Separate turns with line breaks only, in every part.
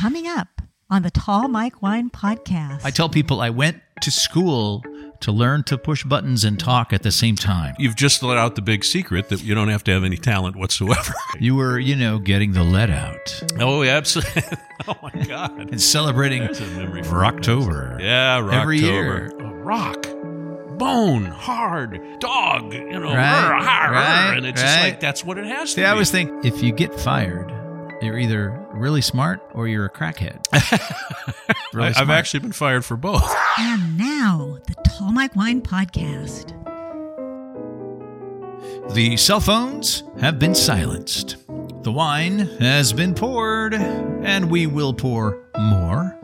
Coming up on the Tall Mike Wine Podcast.
I tell people I went to school to learn to push buttons and talk at the same time.
You've just let out the big secret that you don't have to have any talent whatsoever.
You were, you know, getting the let out
oh, yeah, absolutely. oh my God.
and celebrating
That's a memory
for October.
Yeah, Rocktober.
Every year.
A rock, bone, hard, dog. You know,
Right,
rrr, har,
right,
rrr, and it's just
right.
like that's what it has to
See, I
be.
always think if you get fired, you're either really smart or you're a crackhead. Really
I, I've
smart.
actually been fired for both.
And now, the Tall Mike Wine Podcast.
The cell phones have been silenced. The wine has been poured, and we will pour more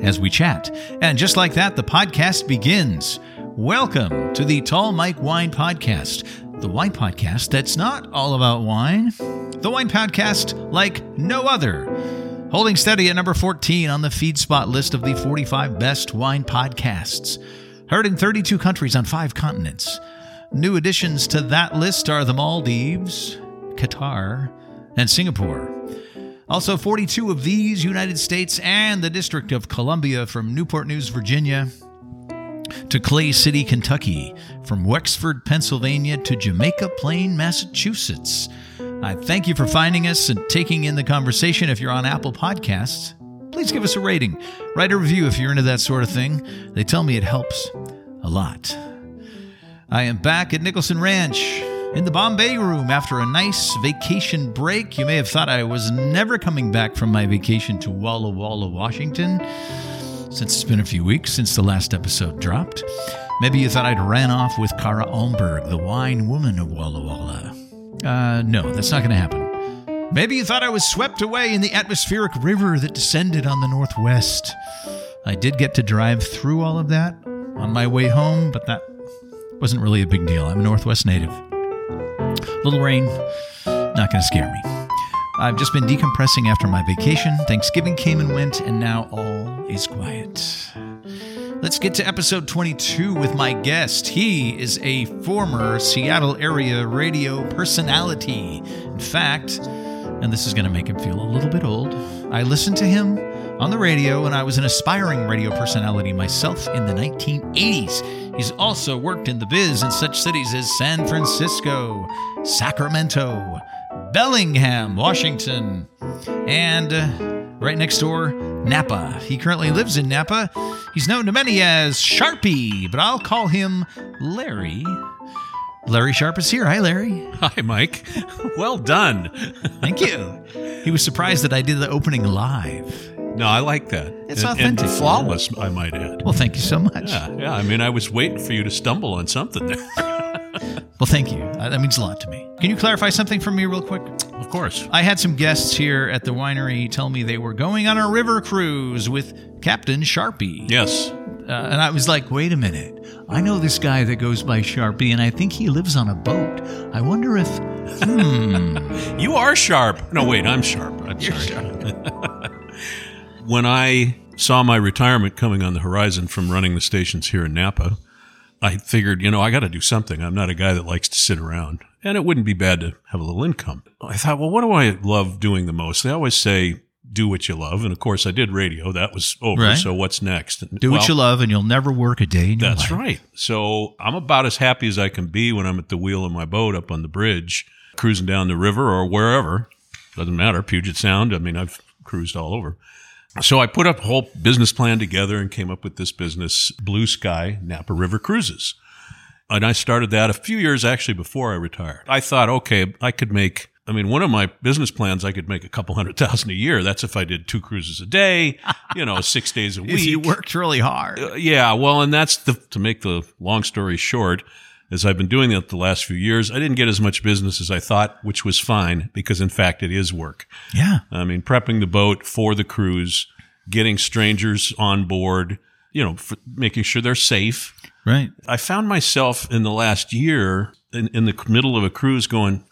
as we chat. And just like that, the podcast begins. Welcome to the Tall Mike Wine Podcast, the wine podcast that's not all about wine, the wine podcast like no other. Holding steady at number 14 on the feed spot list of the 45 best wine podcasts. Heard in 32 countries on five continents. New additions to that list are the Maldives, Qatar, and Singapore. Also, 42 of these United States and the District of Columbia from Newport News, Virginia, to Clay City, Kentucky, from Wexford, Pennsylvania, to Jamaica Plain, Massachusetts. I thank you for finding us and taking in the conversation. If you're on Apple Podcasts, please give us a rating. Write a review if you're into that sort of thing. They tell me it helps a lot. I am back at Nicholson Ranch in the Bombay room after a nice vacation break. You may have thought I was never coming back from my vacation to Walla Walla, Washington, since it's been a few weeks since the last episode dropped. Maybe you thought I'd ran off with Kara Almberg, the wine woman of Walla Walla. Uh, no, that's not going to happen. Maybe you thought I was swept away in the atmospheric river that descended on the northwest. I did get to drive through all of that on my way home, but that wasn't really a big deal. I'm a Northwest native. Little rain, not going to scare me. I've just been decompressing after my vacation. Thanksgiving came and went, and now all is quiet. Let's get to episode 22 with my guest. He is a former Seattle area radio personality. In fact, and this is going to make him feel a little bit old, I listened to him on the radio when I was an aspiring radio personality myself in the 1980s. He's also worked in the biz in such cities as San Francisco, Sacramento, Bellingham, Washington, and uh, right next door, Napa. He currently lives in Napa. He's known to many as Sharpie, but I'll call him Larry. Larry Sharp is here. Hi, Larry.
Hi, Mike. Well done.
Thank you. he was surprised that I did the opening live.
No, I like that.
It's
And-
authentic.
and flawless. I might add.
Well, thank you so much.
Yeah, yeah. I mean, I was waiting for you to stumble on something there.
Well, thank you. Uh, That means a lot to me. Can you clarify something for me, real quick?
Of course.
I had some guests here at the winery tell me they were going on a river cruise with Captain Sharpie.
Yes.
Uh, and I was like, wait a minute. I know this guy that goes by Sharpie, and I think he lives on a boat. I wonder if.
You are sharp. No, wait, I'm sharp. I'm
You're
sorry. when I saw my retirement coming on the horizon from running the stations here in Napa, I figured, you know, I got to do something. I'm not a guy that likes to sit around, and it wouldn't be bad to have a little income. I thought, well, what do I love doing the most? They always say, do what you love. And of course, I did radio. That was over.
Right.
So what's next?
Do what you love, and you'll never work a day in your
That's
life.
right. So I'm about as happy as I can be when I'm at the wheel of my boat up on the bridge, cruising down the river or wherever. Doesn't matter. Puget Sound. I mean, I've cruised all over. So I put up a whole business plan together and came up with this business, Blue Sky Napa River Cruises. And I started that a few years actually before I retired. I thought, okay, I could make, I mean, one of my business plans, I could make a couple hundred thousand a year. That's if I did two cruises a day, you know, six days a week.
If you worked really hard.
Uh, yeah, well, and that's the to make the long story short, as I've been doing that the last few years, I didn't get as much business as I thought, which was fine because in fact it is work.
Yeah.
I mean, prepping the boat for the cruise, getting strangers on board, you know, for making sure they're safe.
Right.
I found myself in the last year in, in the middle of a cruise going,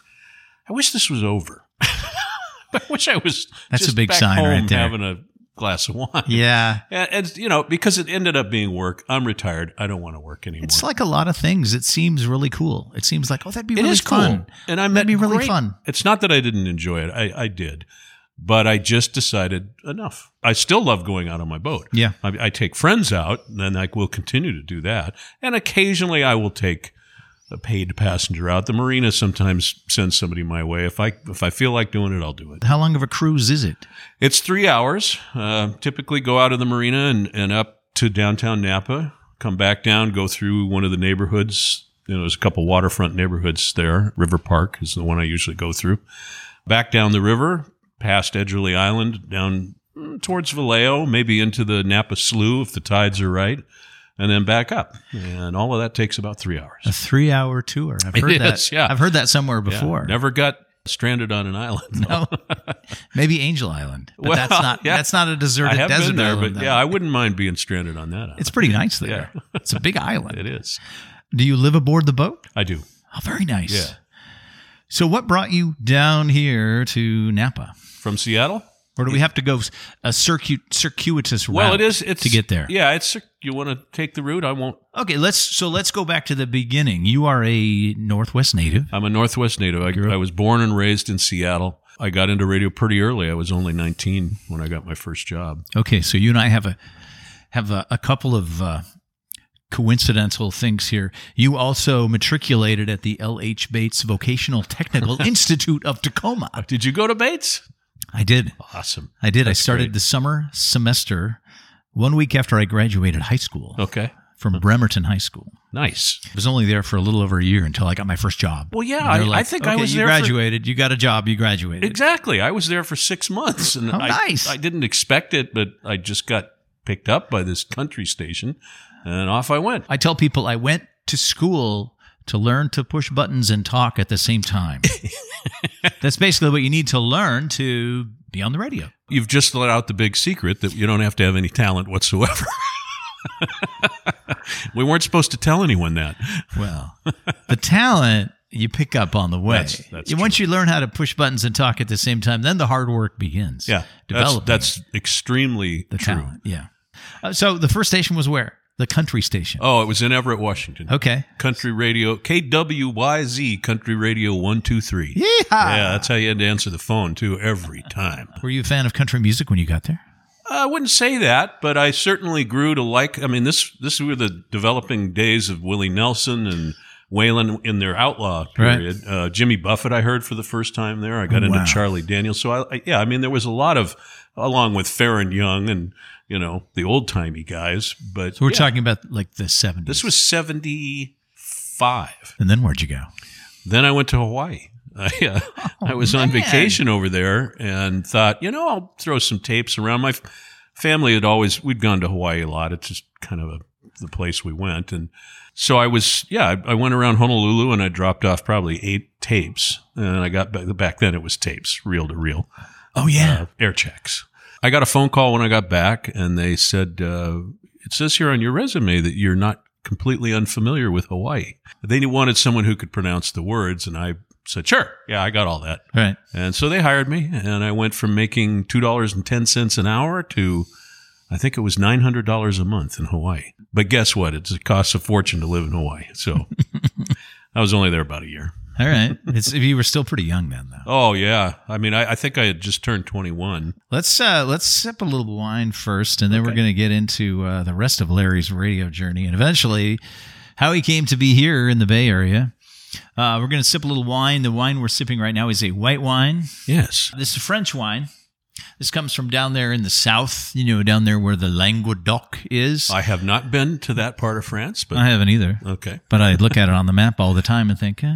I wish this was over. I wish I was
That's a
just
big
back
sign
home
right there.
having a glass of wine.
Yeah.
And, and you know, because it ended up being work, I'm retired. I don't want to work anymore.
It's like a lot of things. It seems really cool. It seems like, oh, that'd be
It
really
is
fun.
And I
That'd
met
be really
great-
fun.
It's not that I didn't enjoy it. I, I did. But I just decided enough. I still love going out on my boat.
Yeah.
I, I take friends out, and then I will continue to do that. And occasionally I will take a paid passenger out. The marina sometimes sends somebody my way. If I if I feel like doing it, I'll do it.
How long of a cruise is it?
It's three hours. Uh, typically go out of the marina and, and up to downtown Napa, come back down, go through one of the neighborhoods. You know, there's a couple waterfront neighborhoods there. River Park is the one I usually go through. Back down the river, past Edgerly Island, down mm, towards Vallejo, maybe into the Napa Slough if the tides are right, and then back up. And all of that takes about three hours.
A three hour tour. I've heard
is,
that.
yeah.
I've heard that somewhere
Yeah,
before.
never got stranded on an island.
No. Maybe Angel Island. But
Well,
that's not
yeah.
that's not a
I
deserted
have
desert
been there,
island.
but
though.
yeah, I wouldn't mind being stranded on that. Island.
it's pretty nice there. It's a big island.
It is.
Do you live aboard the boat?
I do.
Oh, very nice.
Yeah.
So what brought you down here to Napa?
From Seattle?
Or do we have to go s- a circuit, circuitous route?
Well, it is. It's
to get there.
Yeah, it's. You want to take the route? I won't.
Okay, let's so let's go back to the beginning. You are a Northwest native.
I'm a Northwest native. I, I was born and raised in Seattle. I got into radio pretty early. I was only 19 when I got my first job.
Okay, so you and I have a have a, a couple of uh, coincidental things here. You also matriculated at the L.H. Bates Vocational Technical Institute of Tacoma.
Did you go to Bates?
I did.
Awesome.
I did. I
That's
started
great.
the summer semester one week after I graduated high school
Okay.
from Bremerton High School.
Nice.
I was only there for a little over a year until I got my first job.
Well, yeah,
And they were
I- I think
okay,
I was
you
there for-
graduated. You got a job. You graduated.
Exactly. I was there for six months, and
How
I,
nice.
I didn't expect it, but I just got picked up by this country station, and off I went.
I tell people I went to school to learn to push buttons and talk at the same time. That's basically what you need to learn to be on the radio.
You've just let out the big secret that you don't have to have any talent whatsoever. we weren't supposed to tell anyone that.
Well, the talent you pick up on the way.
That's- that's
You- Once you learn how to push buttons and talk at the same time, then the hard work begins.
Yeah, that's,
developing
that's extremely
the
true.
talent. Yeah. Uh, so the first station was where? The country station.
Oh, it was in Everett, Washington.
Okay.
Country radio, KWYZ, Country Radio 123. Yeah.
Yeehaw!
that's how you had to answer the phone, too, every time.
Were you a fan of country music when you got there?
Uh, I wouldn't say that, but I certainly grew to like. I mean, this this were the developing days of Willie Nelson and Waylon in their outlaw
Right.
period. Uh, Jimmy Buffett, I heard for the first time there. I got
Oh,
into
wow.
Charlie Daniels. So I, I, yeah, I mean, there was a lot of along with Farron Young and you know the old timey guys. But
So we're
yeah,
talking about like the 70s.
This was seventy five.
and then where'd you go?
Then I went to Hawaii. I, uh, I was on
Oh, man.
vacation over there and thought, you know, I'll throw some tapes around. My f- family had always we'd gone to Hawaii a lot. It's just kind of a, the place we went, and so I was yeah. I, I went around Honolulu and I dropped off probably eight tapes, and I got back back then it was tapes, reel to reel
Oh, yeah.
uh, air checks. I got a phone call when I got back, and they said, uh, "It says here on your resume that you're not completely unfamiliar with Hawaii." They wanted someone who could pronounce the words, and I said, "Sure, yeah, I got all that."
right.
And so they hired me, and I went from making two dollars and ten cents an hour to, I think it was nine hundred dollars a month in Hawaii. But guess what? It's, it costs a fortune to live in Hawaii, so I was only there about a year.
All right. It's, you were still pretty young then, though.
Oh yeah, I mean, I, I think I had just turned twenty-one.
Let's uh, let's sip a little wine first, and then we're going to get into uh, the rest of Larry's radio journey, and eventually how he came to be here in the Bay Area. Uh, we're going to sip a little wine. The wine we're sipping right now is a white wine.
Yes.
This is French wine. This comes from down there in the south, you know, down there where the Languedoc is.
I have not been to that part of France, but
I haven't either,
okay.
but I look at it on the map all the time and think, uh,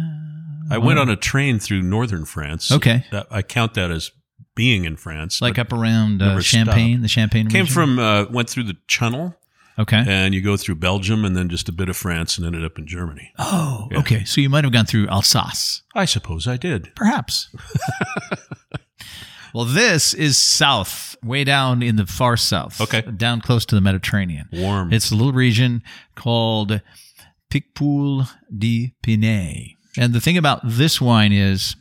I went on a train through northern France.
Okay.
That, I count that as being in France.
like
but
up around uh,
never
Champagne, the Champagne
came
region.
from uh, went through the Channel,
okay.
and you go through Belgium, and then just a bit of France, and ended up in Germany.
Oh, okay. So you might have gone through Alsace,
I suppose I did.
perhaps. well, this is south, way down in the far south.
Okay.
Down close to the Mediterranean.
Warm.
It's a little region called Picpoul de Pinay. And the thing about this wine is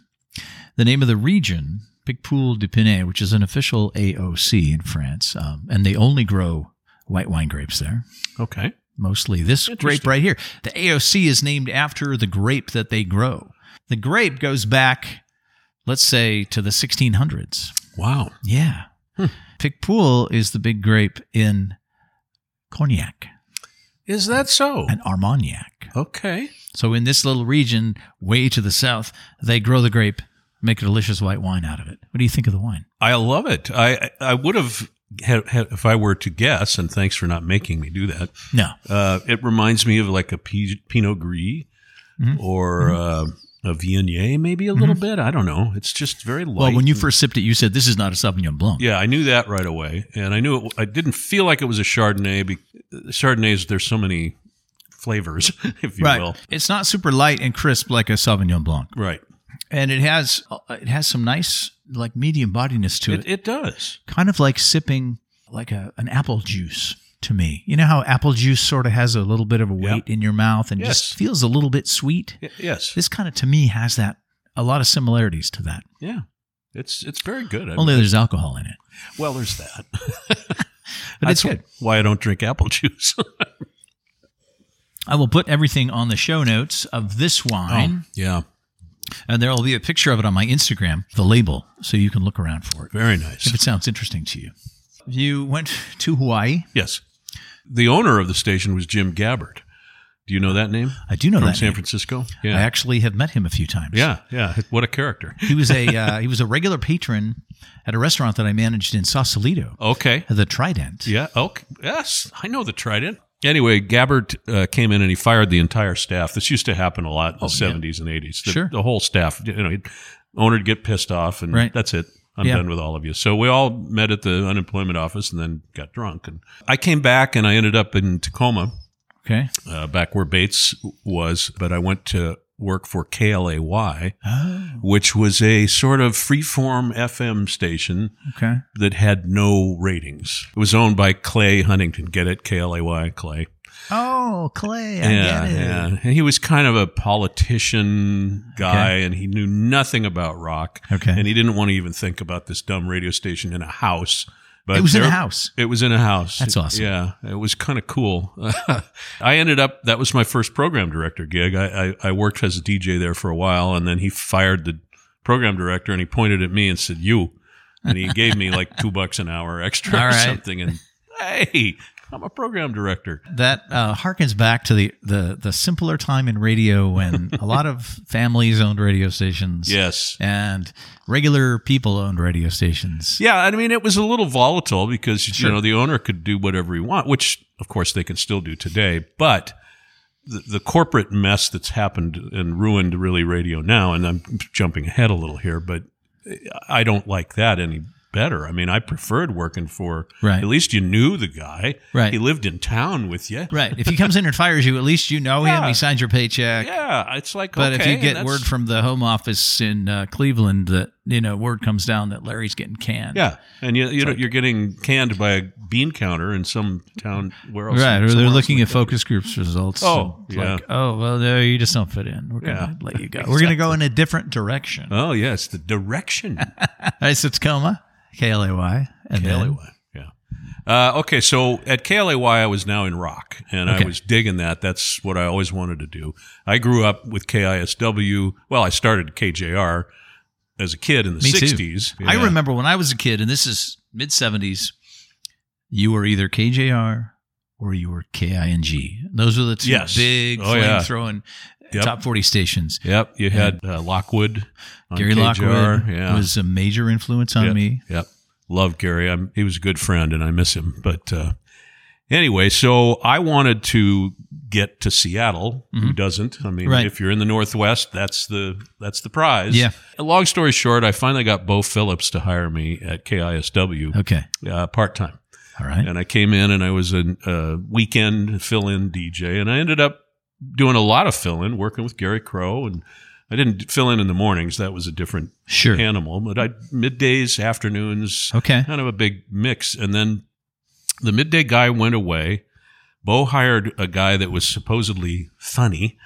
the name of the region, Picpoul de Pinay, which is an official AOC in France, um, and they only grow white wine grapes there
okay.
mostly this grape
Interesting.
right here. The AOC is named after the grape that they grow. The grape goes back, let's say, to the 1600s.
Wow.
Yeah.
Hmm.
Pic Pool is the big grape in Cognac
Is that so?
and Armagnac.
Okay.
So in this little region way to the south, they grow the grape, make a delicious white wine out of it. What do you think of the wine?
I love it. I I would have had, had if I were to guess, and thanks for not making me do that.
No.
Uh, it reminds me of like a P- Pinot Gris
Mhm.
or
Mm-hmm.
Uh, a Viognier, maybe a little bit. I don't know. It's just very light.
Well, when you
and-
first sipped it, you said this is not a Sauvignon Blanc.
yeah, I knew that right away, and I knew it, I didn't feel like it was a Chardonnay. Be, Chardonnays, there's so many flavors, if you
right.
will.
It's not super light and crisp like a Sauvignon Blanc,
Right.
and it has uh, it has some nice like medium bodiness to it,
It, it does.
kind of like sipping like a, an apple juice to me. You know how apple juice sort of has a little bit of a
Yeah.
weight in your mouth and
Yes.
just feels a little bit sweet.
Y- yes.
This kind of to me has that a lot of similarities to that.
Yeah. It's it's very good. I-
Only there's alcohol in it.
well, there's that.
But it's
That's
good. Oh.
Why I don't drink apple juice.
I will put everything on the show notes of this wine,
yeah. Oh.
and there will be a picture of it on my Instagram, the label, so you can look around for it
Very
if
nice.
it sounds interesting to you. You went to Hawaii.
Yes. The owner of the station was Jim Gabbard. Do you know that name?
I do know
From
that.
San
name.
Francisco?
I
Yeah.
actually have met him a few times.
Yeah. Yeah. What a character.
he was a uh, he was a regular patron at a restaurant that I managed in Sausalito,
Okay.
the Trident.
Yeah. Okay. Yes. I know the Trident. Anyway, Gabbard uh, came in and he fired the entire staff. This used to happen a lot in the 70s and 80s. The,
Oh, Sure.
The whole staff, you know, he'd- owner would get pissed off and
Right.
that's it. I'm
Yeah.
done with all of you. So we all met at the unemployment office and then got drunk. And I came back and I ended up in Tacoma.
Okay.
uh, back where Bates was, but I went to work for KLAY,
Oh,
which was a sort of freeform FM station
okay.
that had no ratings. It was owned by Clay Huntington. Get it? KLAY, Clay.
Oh, Clay. I get it.
yeah. And he was kind of a politician guy and he knew nothing about rock.
Okay.
And he didn't want to even think about this dumb radio station in a house. But
It was in a
there-
house.
it was in a house.
That's awesome.
Yeah, it was kind of cool. I ended up, that was my first program director gig. I, I, I worked as a DJ there for a while, and then he fired the program director and he pointed at me and said, You. And he gave me like two bucks an hour extra
All
or
right.
something. And hey, I'm a program director.
That uh, harkens back to the, the the simpler time in radio when a lot of families owned radio stations.
Yes.
And regular people owned radio stations.
Yeah, I mean, it was a little volatile because,
Sure.
you know, the owner could do whatever he want, which, of course, they can still do today. But the, the corporate mess that's happened and ruined really radio now, and I'm jumping ahead a little here, but I don't like that any better. I mean, I preferred working for,
Right.
at least you knew the guy.
Right.
He lived in town with you.
Right. If he comes in and fires you, at least you know him.
Yeah.
He signs your paycheck.
Yeah, it's like,
But
okay,
if you get
that's-
word from the home office in uh, Cleveland that you know word comes down that Larry's getting canned,
Yeah, and you, you know, you're getting canned by a bean counter in some town where else?
right, or
somewhere
they're
else
looking
like
at
that.
focus groups results.
Oh,
and it's
yeah.
like, oh well, no, you just don't fit in. We're gonna
Yeah.
let you go. We're gonna go in a different direction.
Oh yes, the direction.
All right, so Tacoma, KLAY, and then-
KLAY. Yeah. Uh, okay, so at KLAY, I was now in rock, and
Okay.
I was digging that. That's what I always wanted to do. I grew up with KISW. Well, I started KJR as a kid in the
Me too.
60s.
I
Yeah.
remember when I was a kid, and this is mid seventies. You were either KJR or you were KING. Those were the two
Yes.
big
Oh,
flame
yeah.
throwing
Yep.
top forty stations.
Yep, you had uh, Lockwood. On
Gary
KJR.
Lockwood
yeah.
was a major influence on
yep.
me.
Yep. Love Gary. I'm, he was a good friend and I miss him. But uh, anyway, so I wanted to get to Seattle. Who doesn't? I mean,
Mm-hmm. Right.
if you're in the Northwest, that's the that's the prize.
Yeah.
Long story short, I finally got Bo Phillips to hire me at KISW
Okay,
uh, part time.
all right.
And I came in and I was a uh, weekend fill in DJ. And I ended up doing a lot of fill in, working with Gary Crow. And I didn't fill in in the mornings. That was a different
Sure.
animal, but I middays, afternoons,
Okay.
kind of a big mix. And then the midday guy went away. Bo hired a guy that was supposedly funny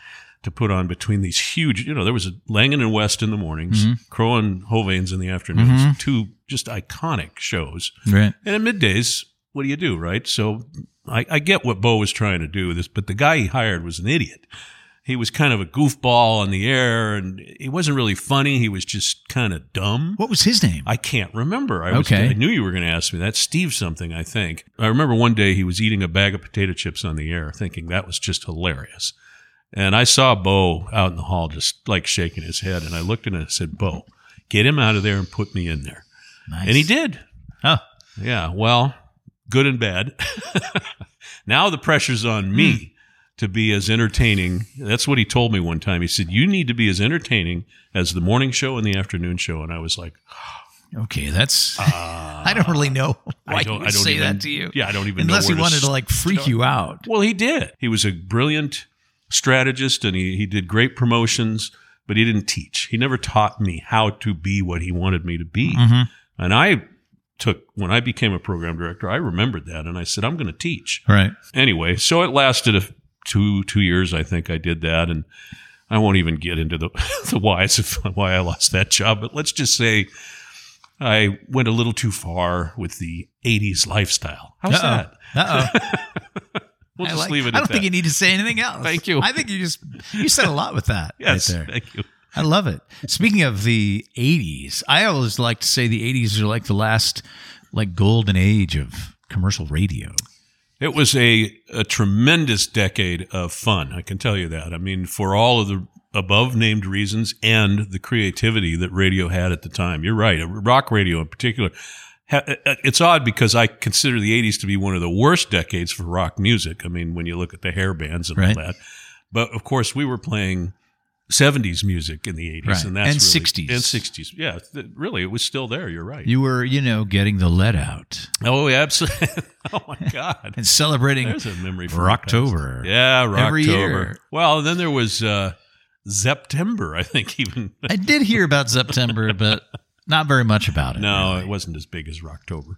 to put on between these huge, you know, there was a Langan and West in the mornings, Crow and Hovains in the afternoons, two just iconic shows.
Right.
And at middays, what do you do, right? So I, I get what Bo was trying to do with this, but the guy he hired was an idiot. he was kind of a goofball on the air, and he wasn't really funny. He was just kind of dumb.
What was his name?
I can't remember. I, was,
Okay.
I knew you were going to ask me that. Steve something, I think. I remember one day he was eating a bag of potato chips on the air, thinking that was just hilarious. And I saw Bo out in the hall just like shaking his head. And I looked at him and I said, Bo, get him out of there and put me in there.
Nice.
And he did.
Huh.
Yeah. Well, good and bad. now the pressure's on me
Hmm.
to be as entertaining. That's what he told me one time. He said, You need to be as entertaining as the morning show and the afternoon show. And I was like,
Okay, that's. I don't really know why
Uh, I don't,
he would
I don't
say
even,
that to you.
Yeah, I don't even
Unless he
know. where
wanted
s-
to like freak you out.
Well, he did. He was a brilliant strategist and he, he did great promotions, but he didn't teach. He never taught me how to be what he wanted me to be.
Mhm.
And I took, when I became a program director, I remembered that and I said, I'm going to teach
Right.
anyway, so it lasted a, two two years. I think I did that, and I won't even get into the the whys of why I lost that job. But let's just say I went a little too far with the '80s lifestyle. How's
Uh
that?
oh. Uh oh.
We'll
I
just
like-
leave it.
I
at
don't think
that.
you need to say anything else.
Thank you.
I think you just you said a lot with that
Yes,
right there.
thank you.
I love it. Speaking of the '80s, I always like to say the '80s are like the last like golden age of commercial radio.
It was a, a tremendous decade of fun. I can tell you that. I mean, for all of the above named reasons and the creativity that radio had at the time. You're right. uh, Rock radio in particular. ha- uh, It's odd because I consider the 80s to be one of the worst decades for rock music. I mean, when you look at the hair bands and
Right.
all that. But of course, we were playing 70s music in the 80s.
Right.
And that's
And 60s.
really- And 60s. Yeah. th- really, it was still there. You're right.
You were, you know, getting the lead out
oh, absolutely. oh, my God.
and celebrating
There's a memory from
for
the past.
October.
Yeah, Rocktober.
Every year.
Well, then there was uh September, I think even.
I did hear about September, but not very much about it.
No,
really.
it wasn't as big as Rocktober.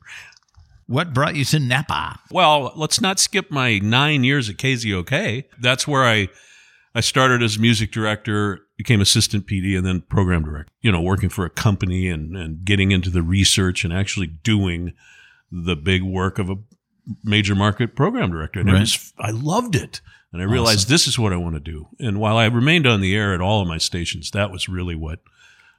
What brought you to Napa?
Well, let's not skip my 9 years at KZOK. That's where I I started as music director, became assistant PD and then program director. You know, working for a company and and getting into the research and actually doing the big work of a major market program director. And it
Right.
was, I loved it. And I realized this is what I want to do. And while I remained on the air at all of my stations, that was really what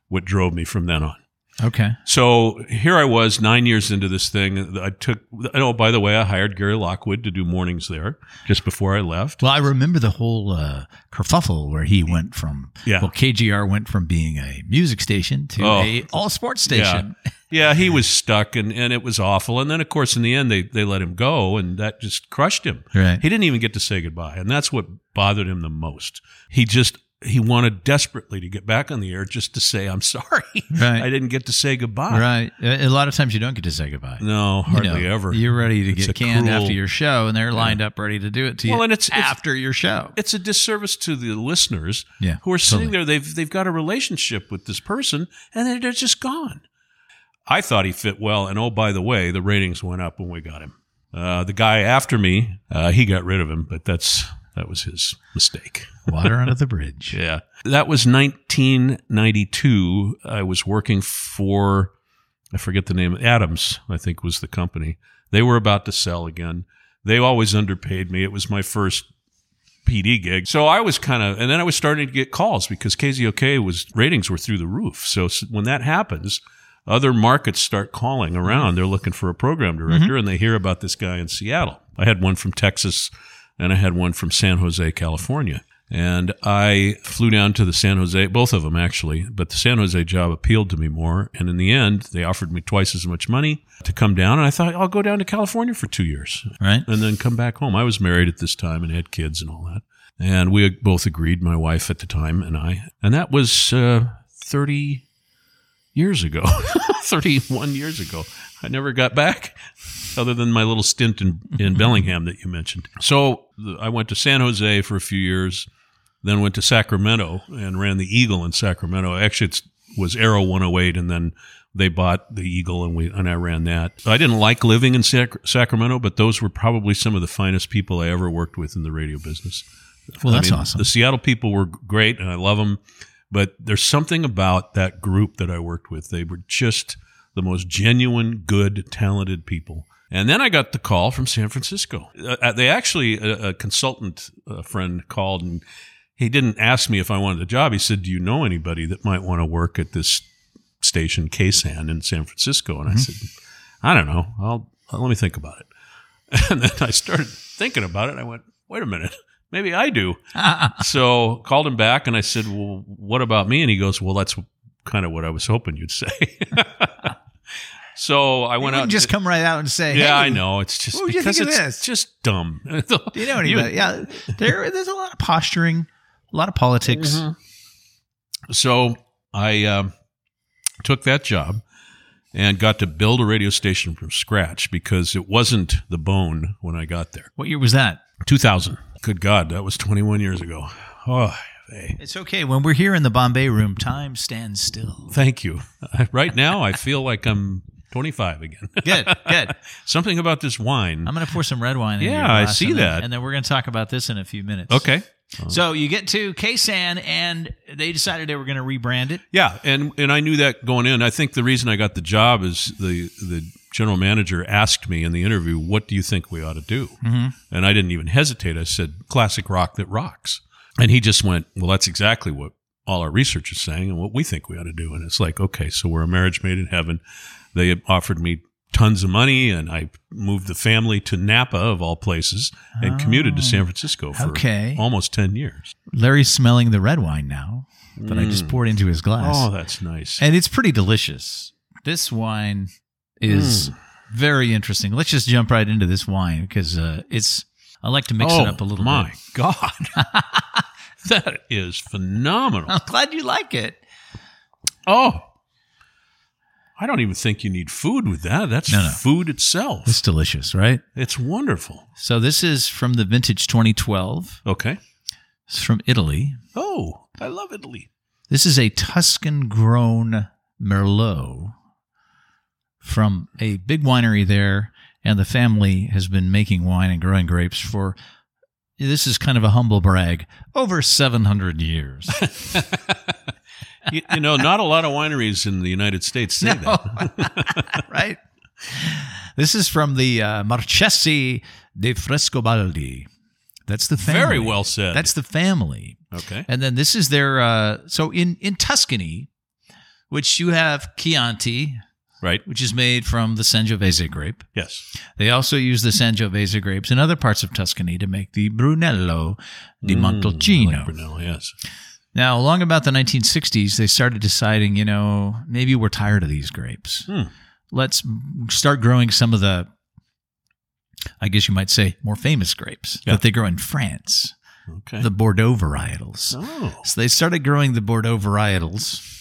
what drove me from then on.
Okay.
So here I was, nine years into this thing. I took. Oh, by the way, I hired Gary Lockwood to do mornings there just before I left.
Well, I remember the whole uh, kerfuffle where he went from
Yeah.
well, KGR went from being a music station to
Oh.
a all sports station.
Yeah, he was stuck, and, and it was awful. And then, of course, in the end, they they let him go, and that just crushed him.
Right.
He didn't even get to say goodbye, and that's what bothered him the most. He just he wanted desperately to get back on the air just to say I'm sorry.
Right.
I didn't get to say goodbye.
Right. A a lot of times you don't get to say goodbye.
No,
You know,
Ah. hardly ever.
You're ready to
It's
get
a
canned
cruel-
after your show, and they're lined up ready to do it to you.
Well, and it's- it's-
after your show.
it's a disservice to the listeners
Yeah,
who are sitting
totally.
there. They've they've got a relationship with this person, and they're, they're just gone. I thought he fit well, and oh by the way, the ratings went up when we got him. Uh, the guy after me, uh, he got rid of him, but that's that was his mistake.
Water under the bridge.
Yeah, that was 1992. I was working for I forget the name. Adams, I think, was the company. They were about to sell again. They always underpaid me. It was my first PD gig. So I was kind of, and then I was starting to get calls because KZOK was ratings were through the roof. So s- when that happens, other markets start calling around. They're looking for a program director and they hear about this guy in Seattle. I had one from Texas and I had one from San Jose, California. And I flew down to the San Jose, both of them actually, but the San Jose job appealed to me more. And in the end, they offered me twice as much money to come down. And I thought, I'll go down to California for two years
Right.
and then come back home. I was married at this time and had kids and all that. And we had both agreed, my wife at the time and I. And that was uh, 30 years ago, 31 years ago. I never got back other than my little stint in, in Bellingham that you mentioned. So the, I went to San Jose for a few years, then went to Sacramento and ran the Eagle in Sacramento. Actually, it was Arrow 108, and then they bought the Eagle, and we and I ran that. I didn't like living in Sac- Sacramento, but those were probably some of the finest people I ever worked with in the radio business.
Well, that's
I mean,
awesome.
The Seattle people were great, and I love them. But there's something about that group that I worked with. They were just the most genuine, good, talented people. And then I got the call from San Francisco. Uh, uh, they actually, a, a consultant uh, friend called and he didn't ask me if I wanted the job. He said, "Do you know anybody that might want to work at this station, KSAN in San Francisco?" And I
Mm-hmm.
said, "I don't know. I'll, I'll let me think about it." And then I started thinking about it. And I went, "Wait a minute, maybe I do." so called him back and I said, "Well, what about me?" And he goes, "Well, that's kind of what I was hoping you'd say." so I
You
went out.
wouldn't just come right out and say,
yeah,
hey,
I know. It's just
what would you
because
think of
it's
this?
just dumb.
Do you know anybody? yeah, there, there's a lot of posturing, a lot of politics.
So I um, took that job and got to build a radio station from scratch because it wasn't the bone when I got there.
What year was that?
2000. Good God, that was 21 years ago. Oh, hey.
It's okay. When we're here in the Bombay room, time stands still.
thank you. right now, I feel like I'm 25 again.
Good, good.
Something about this wine.
I'm going to pour some red wine in your
Yeah, I
glass
see
and then-
that.
and then we're going to talk about this in a few minutes.
okay.
So you get to KSAN, and they decided they were going to rebrand it.
Yeah, and and I knew that going in. I think the reason I got the job is the the general manager asked me in the interview, "What do you think we ought to do?" Mm-hmm. And I didn't even hesitate. I said, "Classic rock that rocks." And he just went, "Well, that's exactly what all our research is saying, and what we think we ought to do." And it's like, okay, so we're a marriage made in heaven. They offered me tons of money, and I moved the family to Napa of all places, and commuted to San Francisco for
Okay.
almost ten years.
Larry's smelling the red wine now that I
Mm.
just poured into his glass.
Oh, that's nice.
and it's pretty delicious. This wine is very interesting. Let's just jump right into this wine because uh, it's. I like to mix
oh,
it up a little
My
bit.
God. that is phenomenal.
I'm glad you like it.
Oh. I don't even think you need food with that. That's
No, no.
food itself.
It's delicious, right?
It's wonderful.
So this is from the vintage 2012.
Okay.
It's from Italy.
Oh, I love Italy.
This is a Tuscan grown Merlot from a big winery there, and the family has been making wine and growing grapes for this is kind of a humble brag over 700 years.
You, you know, not a lot of wineries in the United States say that.
right? This is from the uh, Marchesi de Frescobaldi. That's the family.
Very well said.
That's the family.
okay.
And then this is their uh, so in in Tuscany, which you have Chianti,
Right.
which is made from the Sangiovese grape.
Yes.
They also use the Sangiovese grapes in other parts of Tuscany to make the Brunello di Montalcino.
Mm, Brunello, yes.
Now, along about the 1960s, they started deciding, you know, maybe we're tired of these grapes.
Hmm.
Let's start growing some of the, I guess you might say, more famous grapes
Yeah.
that they grow in France,
Okay.
the Bordeaux varietals.
oh.
So they started growing the Bordeaux varietals,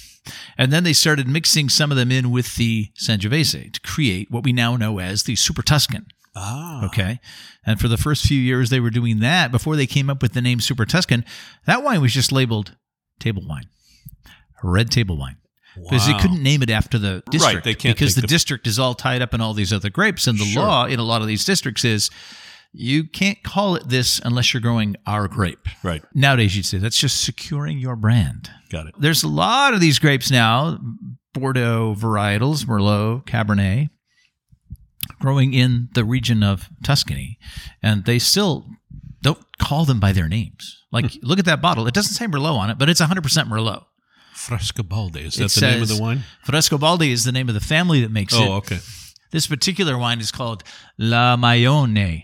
and then they started mixing some of them in with the Sangiovese to create what we now know as the Super Tuscan.
Ah.
Okay. And for the first few years they were doing that before they came up with the name Super Tuscan, that wine was just labeled table wine. Red table wine. Because they
Wow.
couldn't name it after the district.
they can't
because the,
take the-
district is all tied up in all these other grapes. And the
Sure.
law in a lot of these districts is you can't call it this unless you're growing our grape.
Right.
Nowadays you'd say that's just securing your brand.
Got it.
There's a lot of these grapes now, Bordeaux varietals, Merlot, Cabernet, growing in the region of Tuscany, and they still don't call them by their names. Like,
Hmm.
look at that bottle. It doesn't say Merlot on it, but it's 100% Merlot.
Frescobaldi. Is
It
that the name of
says-
the wine?
Frescobaldi is the name of the family that makes
Oh,
it.
okay.
This particular wine is called La Mayone.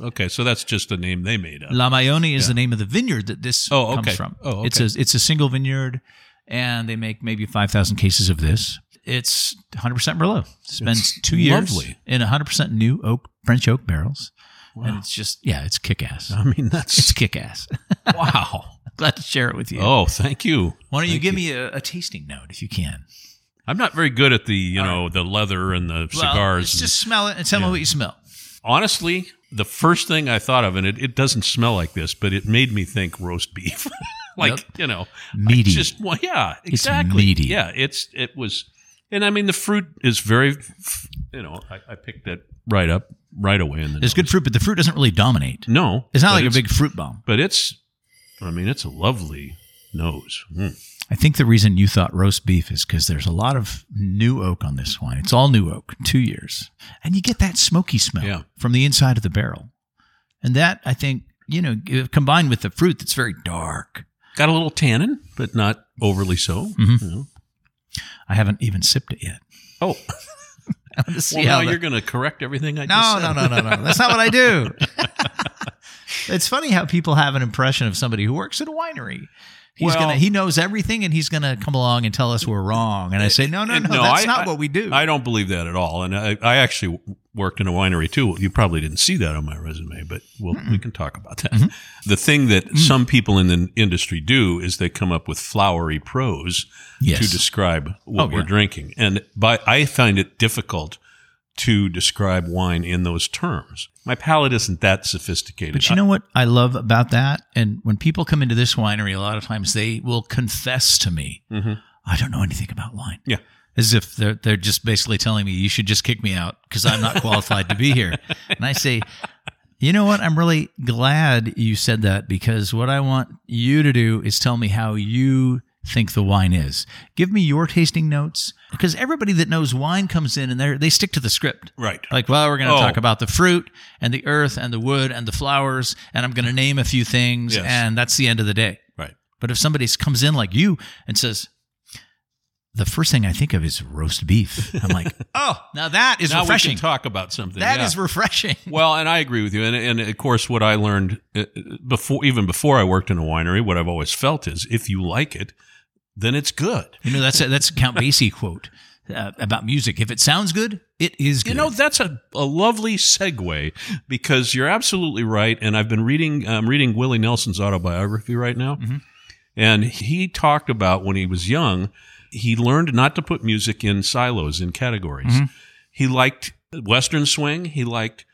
Okay. So that's just a name they made up.
La Mayone is the name of the vineyard that this
Oh, okay.
comes from.
Oh,
It's a it's a single vineyard, and they make maybe five thousand cases of this. It's 100 percent Merlot. Spends
It's
two years
lovely.
in 100 percent new oak French oak barrels, and it's just yeah, it's kick ass.
I mean,
It's
that's
kick ass.
wow.
Glad to share it with you.
Oh, thank you.
Why don't you give me a, a tasting note if you can?
I'm not very good at the you know the leather and the
Well,
cigars.
let's
and-
just smell it and tell me what you smell.
honestly, the first thing I thought of, and it, it doesn't smell like this, but it made me think roast beef, like
Yep.
you know,
Meaty.
Just well, yeah, exactly.
meaty.
Yeah, it's it was, and I mean the fruit is very, you know, I, I picked that right up right away in the.
There's
nose.
good fruit, but the fruit doesn't really dominate.
No,
It's not
but
like a big fruit bomb.
but it's. I mean, it's a lovely nose. Mm.
I think the reason you thought roast beef is because there's a lot of new oak on this wine. It's all new oak, two years. And you get that smoky smell
Yeah.
from the inside of the barrel. And that, I think, you know, g- combined with the fruit that's very dark.
Got a little tannin, but not overly so.
Mhm.
you know.
I haven't even sipped it yet.
Oh,
I want to see
well,
how
now
the-
you're going to correct everything I just
No,
said.
no, no, no, no. That's not what I do. it's funny how people have an impression of somebody who works at a winery. He's
Well-
gonna he knows everything and he's gonna come along and tell us we're wrong. And I say, No, no,
And
no, that's
I-
not
I-
what we do.
I don't believe that at all. And I, I actually w- worked in a winery too. You probably didn't see that on my resume, but we'll, we can talk about that.
Mm-hmm.
The thing that
Mm.
some people in the industry do is they come up with flowery prose
Yes.
to describe what
Oh,
we're
yeah.
drinking. And by, I find it difficult to describe wine in those terms. My palate isn't that sophisticated.
But you know what I love about that? And when people come into this winery, a lot of times they will confess to me, I don't know anything about wine.
Yeah.
As if they're, they're just basically telling me, you should just kick me out because I'm not qualified to be here. And I say, you know what? I'm really glad you said that because what I want you to do is tell me how you think the wine is. Give me your tasting notes because everybody that knows wine comes in and they they stick to the script.
right.
Like, well, we're going to
Oh.
talk about the fruit and the earth and the wood and the flowers, and I'm going to name a few things,
Yes.
and that's the end of the day.
right.
But if somebody comes in like you and says, the first thing I think of is roast beef, I'm like, oh, now that is
now we
refreshing.
can talk about something.
That is
yeah.
refreshing.
Well, and I agree with you. And, and of course, what I learned uh, before, even before I worked in a winery, what I've always felt is if you like it, then it's good.
You know, that's a, that's a Count Basie quote uh, about music. If it sounds good, it is good.
You know, that's a, a lovely segue because you're absolutely right. And I've been reading, I'm reading Willie Nelson's autobiography right now.
Mm-hmm.
And he talked about when he was young, he learned not to put music in silos, in categories.
Mm-hmm.
He liked Western swing, he liked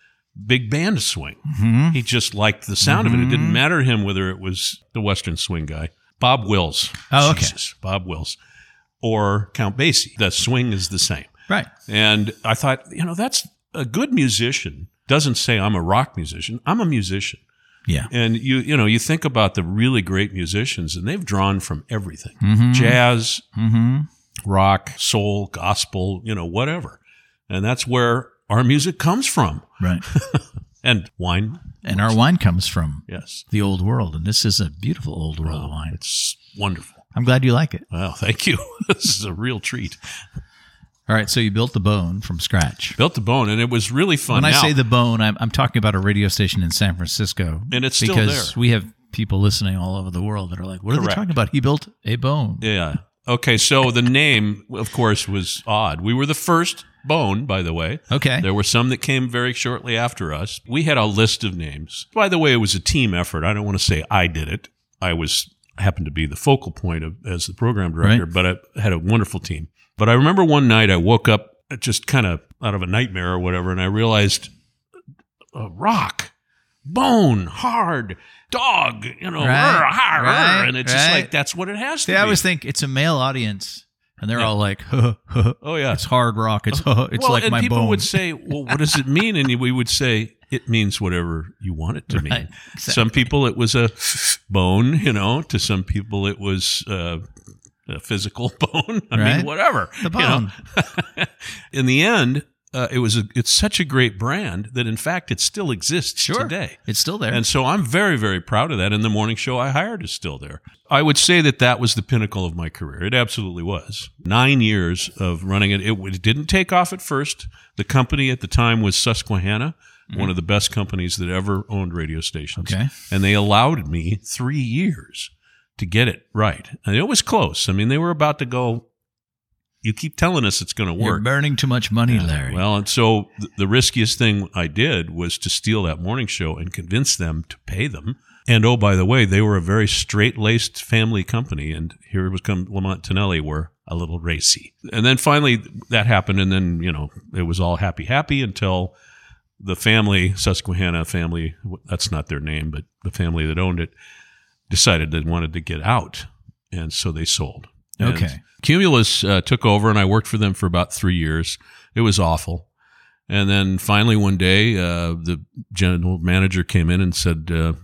big band swing.
Mm-hmm.
He just liked the sound of it. It didn't matter to him whether it was the Western swing guy, Bob Wills.
Oh, okay.
Jesus, Bob Wills. Or Count Basie. That swing is the same.
right.
And I thought, you know, that's a good musician doesn't say I'm a rock musician. I'm a musician.
Yeah.
And you you know, you think about the really great musicians and they've drawn from everything. Jazz,
Mm-hmm.
rock, soul, gospel, you know, whatever. And that's where our music comes from.
Right.
And wine,
and our wine comes from
yes.
the old world, and this is a beautiful old world wine.
It's wonderful.
I'm glad you like it.
Wow, thank you. this is a real treat.
All right, so you built the bone from scratch.
Built the bone and it was really fun.
When I
Now-
say the bone, I'm, I'm talking about a radio station in San Francisco,
And it's still
because
there.
we have people listening all over the world that are like, "What are they
Correct.
talking about? He built a bone."
Yeah. Okay. So the name, of course, was odd. We were the first bone, by the way.
Okay,
There were some that came very shortly after us. We had a list of names. By the way, it was a team effort. I don't want to say I did it. I was happened to be the focal point of as the program director, but I had a wonderful team. But I remember one night I woke up just kind of out of a nightmare or whatever, and I realized a rock, bone, hard, dog, you know,
Right,
"Rrr, har, rrr,"
right,
and it's just
right.
like that's what it has to
See, I
be.
always think it's a male audience, and they're
Yeah.
all like, huh, huh,
Oh yeah.
"It's hard rock. It's huh, it's
well,
like
and
my
people
bone."
would say, "Well, what does it mean?" And we would say, "It means whatever you want it to
Right,
mean." Some people it was a bone, you know. To some people it was uh, a physical bone. I
Right.
mean, whatever
the
you know.
bone.
In the end, uh, it was a, it's such a great brand that in fact it still exists
Sure.
today.
It's still there.
And so I'm very, very proud of that. And the morning show I hired is still there. I would say that that was the pinnacle of my career. It absolutely was. Nine years of running it. It, w- it didn't take off at first. The company at the time was Susquehanna, one of the best companies that ever owned radio stations.
Mm-hmm. Okay.
And they allowed me three years to get it right. And it was close. I mean, they were about to go, you keep telling us it's going to
You're
work.
burning too much money, Larry.
Well, and so th- the riskiest thing I did was to steal that morning show and convince them to pay them. And oh, by the way, they were a very straight laced family company. And here was come Lamont Tonelli were a little racy. And then finally that happened. And then, you know, it was all happy, happy until the family, Susquehanna family, w- that's not their name, but the family that owned it decided they wanted to get out. And so they sold. And
Okay.
Cumulus uh, took over, and I worked for them for about three years. It was awful. And then finally, one day, uh, the general manager came in and said, uh,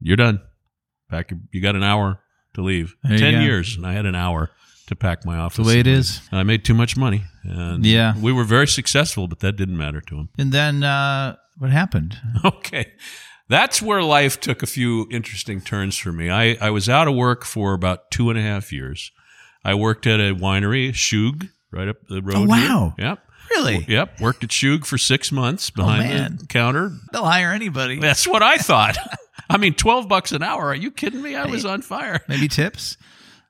"You're done. Pack. Your, you got an hour to leave.
There you
Ten
go.
years, and I had an hour to pack my office.
the way it is.
And I made too much money. And
Yeah.
we were very successful, but that didn't matter to him.
And then uh, what happened?
Okay. That's where life took a few interesting turns for me. I, I was out of work for about two and a half years. I worked at a winery, Shug, right up the road.
Oh,
here.
wow.
Yep.
Really?
Yep. Worked at Shug for six months behind
man.
the counter.
They'll hire anybody.
That's what I thought. I mean, 12 bucks an hour. Are you kidding me? I was on fire.
Maybe tips,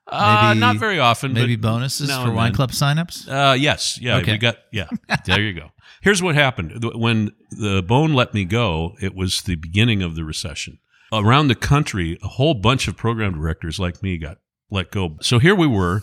Uh,
Maybe-
not very often. but
maybe bonuses
now
for
and
wine
then.
club signups.
Uh, yes. Yeah.
Okay.
We got, yeah. There you go. Here's what happened. Th- When the bone let me go, it was the beginning of the recession. Around the country, a whole bunch of program directors like me got let go. So here we were,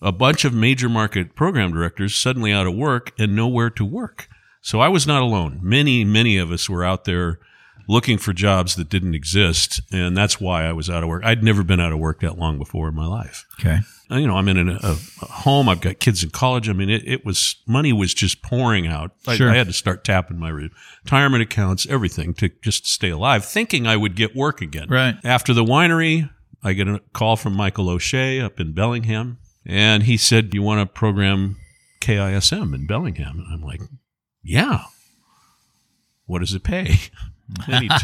a bunch of major market program directors suddenly out of work and nowhere to work. So I was not alone. Many, many of us were out there looking for jobs that didn't exist. And that's why I was out of work. I'd never been out of work that long before in my life
Okay.
uh, you know, I'm in an, a, a home. I've got kids in college. I mean, it, it was money was just pouring out. I,
Sure.
I had to start tapping my retirement accounts, everything to just stay alive, thinking I would get work again.
Right.
After the winery, I get a call from Michael O'Shea up in Bellingham, and he said, "You want to program KISM in Bellingham?" And I'm like, "Yeah." What does it pay? And he, t-